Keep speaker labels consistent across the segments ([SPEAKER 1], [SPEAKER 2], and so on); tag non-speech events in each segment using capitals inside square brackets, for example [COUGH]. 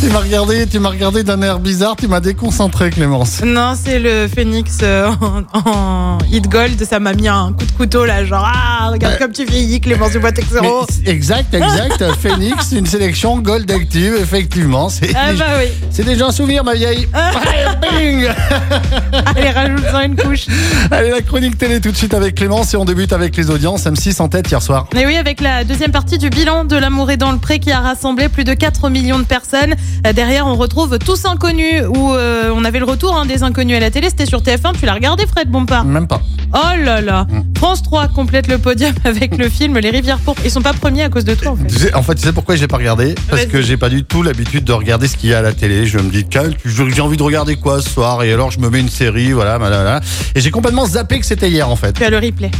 [SPEAKER 1] Tu m'as regardé, tu m'as regardé d'un air bizarre, tu m'as déconcentré Clémence.
[SPEAKER 2] Non, c'est le phénix euh, en, en hit gold. Ça m'a mis un coup de couteau là, genre ah regarde comme tu vieillis, Clémence Dubois
[SPEAKER 1] Mais
[SPEAKER 2] Texero.
[SPEAKER 1] c'est- exact,
[SPEAKER 2] [LAUGHS]
[SPEAKER 1] exact. Phoenix, une sélection Gold Active, effectivement. C'est
[SPEAKER 2] Ah bah Ah. oui,
[SPEAKER 1] c'est déjà un souvenir, ma vieille. Bing
[SPEAKER 2] allez rajoute-en une couche.
[SPEAKER 1] Allez, la chronique télé tout de suite avec Clémence et on débute avec les audiences. M6 en tête hier soir.
[SPEAKER 2] Et oui, avec la deuxième partie du bilan de l'amour est dans le pré qui a rassemblé plus de 4 millions de personnes. Euh, Derrière, on retrouve Tous Inconnus où euh, on avait le retour hein, des inconnus à la télé. C'était sur TF1. Tu l'as regardé, Fred Bompard
[SPEAKER 1] Même pas.
[SPEAKER 2] Oh là là.
[SPEAKER 1] Mmh.
[SPEAKER 2] France 3 complète le podium [LAUGHS] avec le film Les Rivières Pourpres. Ils sont pas premiers à cause de toi en fait.
[SPEAKER 1] Tu sais- en fait, tu sais pourquoi j'ai pas regardé Parce que j'ai pas du tout l'habitude de regarder ce qu'il y a à la télé. Je me dis, tiens, tu- j'ai envie de regarder quoi ce soir Et alors, je me mets une série, voilà, voilà, voilà. Et j'ai complètement zappé que c'était hier, en fait.
[SPEAKER 2] Tu as le replay.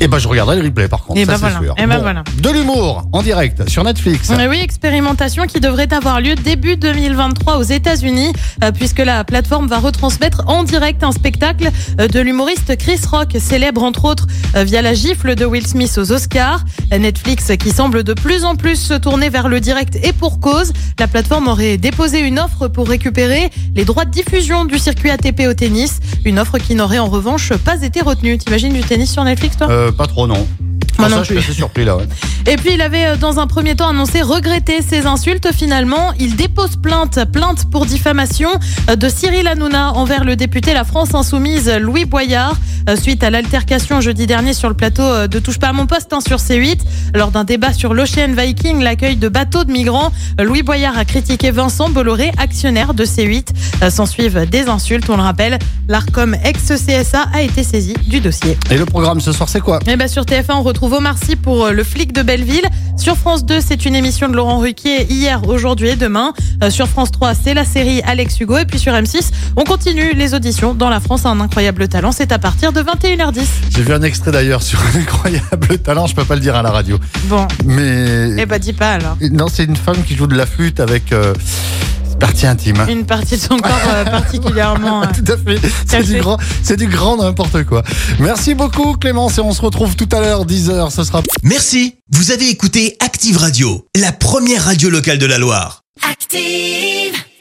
[SPEAKER 1] Et ben, je regarderai le replay, par contre.
[SPEAKER 2] Eh
[SPEAKER 1] ça,
[SPEAKER 2] ben
[SPEAKER 1] c'est
[SPEAKER 2] voilà.
[SPEAKER 1] sûr.
[SPEAKER 2] Eh ben voilà.
[SPEAKER 1] De l'humour, en direct, sur Netflix. hein.
[SPEAKER 2] Eh Oui, expérimentation qui devrait avoir lieu début 2023 aux États-Unis, euh, puisque la plateforme va retransmettre en direct un spectacle euh, de l'humoriste Chris Rock, célèbre entre autres euh, via la gifle de Will Smith aux Oscars. Euh, Netflix qui semble de plus en plus se tourner vers le direct et pour cause. La plateforme aurait déposé une offre pour récupérer les droits de diffusion du circuit ATP au tennis, une offre qui n'aurait en revanche pas été retenue. T'imagines du tennis sur Netflix, toi
[SPEAKER 1] Euh, pas trop, non.
[SPEAKER 2] Moi
[SPEAKER 1] Pour
[SPEAKER 2] non
[SPEAKER 1] ça, je suis assez surpris, là. ouais.
[SPEAKER 2] et puis il avait euh, dans un premier temps annoncé regretter ses insultes. Finalement, il dépose plainte, plainte pour diffamation euh, de Cyril Hanouna envers le député La France Insoumise euh, Louis Boyard euh, suite à l'altercation jeudi dernier sur le plateau euh, de Touche pas à mon poste hein, sur C8 lors d'un débat sur l'Ocean Viking, l'accueil de bateaux de migrants. euh, Louis Boyard a critiqué Vincent Bolloré, actionnaire de C8. Euh, S'en suivent des insultes, on le rappelle. L'Arcom ex-CSA a été saisi du dossier.
[SPEAKER 1] Et le programme ce soir, c'est quoi
[SPEAKER 2] Eh ben sur TF1, on retrouve Omar Sy pour euh, Le flic de Belleville. Sur France 2, c'est une émission de Laurent Ruquier hier, aujourd'hui et demain. Euh, sur France 3, c'est la série Alex Hugo. Et puis sur M6, on continue les auditions dans La France a un incroyable talent. C'est à partir de 21h10.
[SPEAKER 1] J'ai vu un extrait d'ailleurs sur un incroyable talent, je peux pas le dire à la radio.
[SPEAKER 2] Bon,
[SPEAKER 1] Mais.
[SPEAKER 2] eh ben dis pas alors.
[SPEAKER 1] Non, c'est une femme qui joue de la flûte avec. euh, C'est partie intime.
[SPEAKER 2] Une partie de son corps euh, particulièrement... euh,
[SPEAKER 1] Ah. [LAUGHS] Tout à fait. C'est
[SPEAKER 2] à
[SPEAKER 1] du
[SPEAKER 2] fait.
[SPEAKER 1] grand, c'est du grand n'importe quoi. Merci beaucoup Clémence et on se retrouve tout à l'heure 10h, ce sera
[SPEAKER 3] Merci, vous avez écouté Active Radio, la première radio locale de la Loire.
[SPEAKER 4] Active.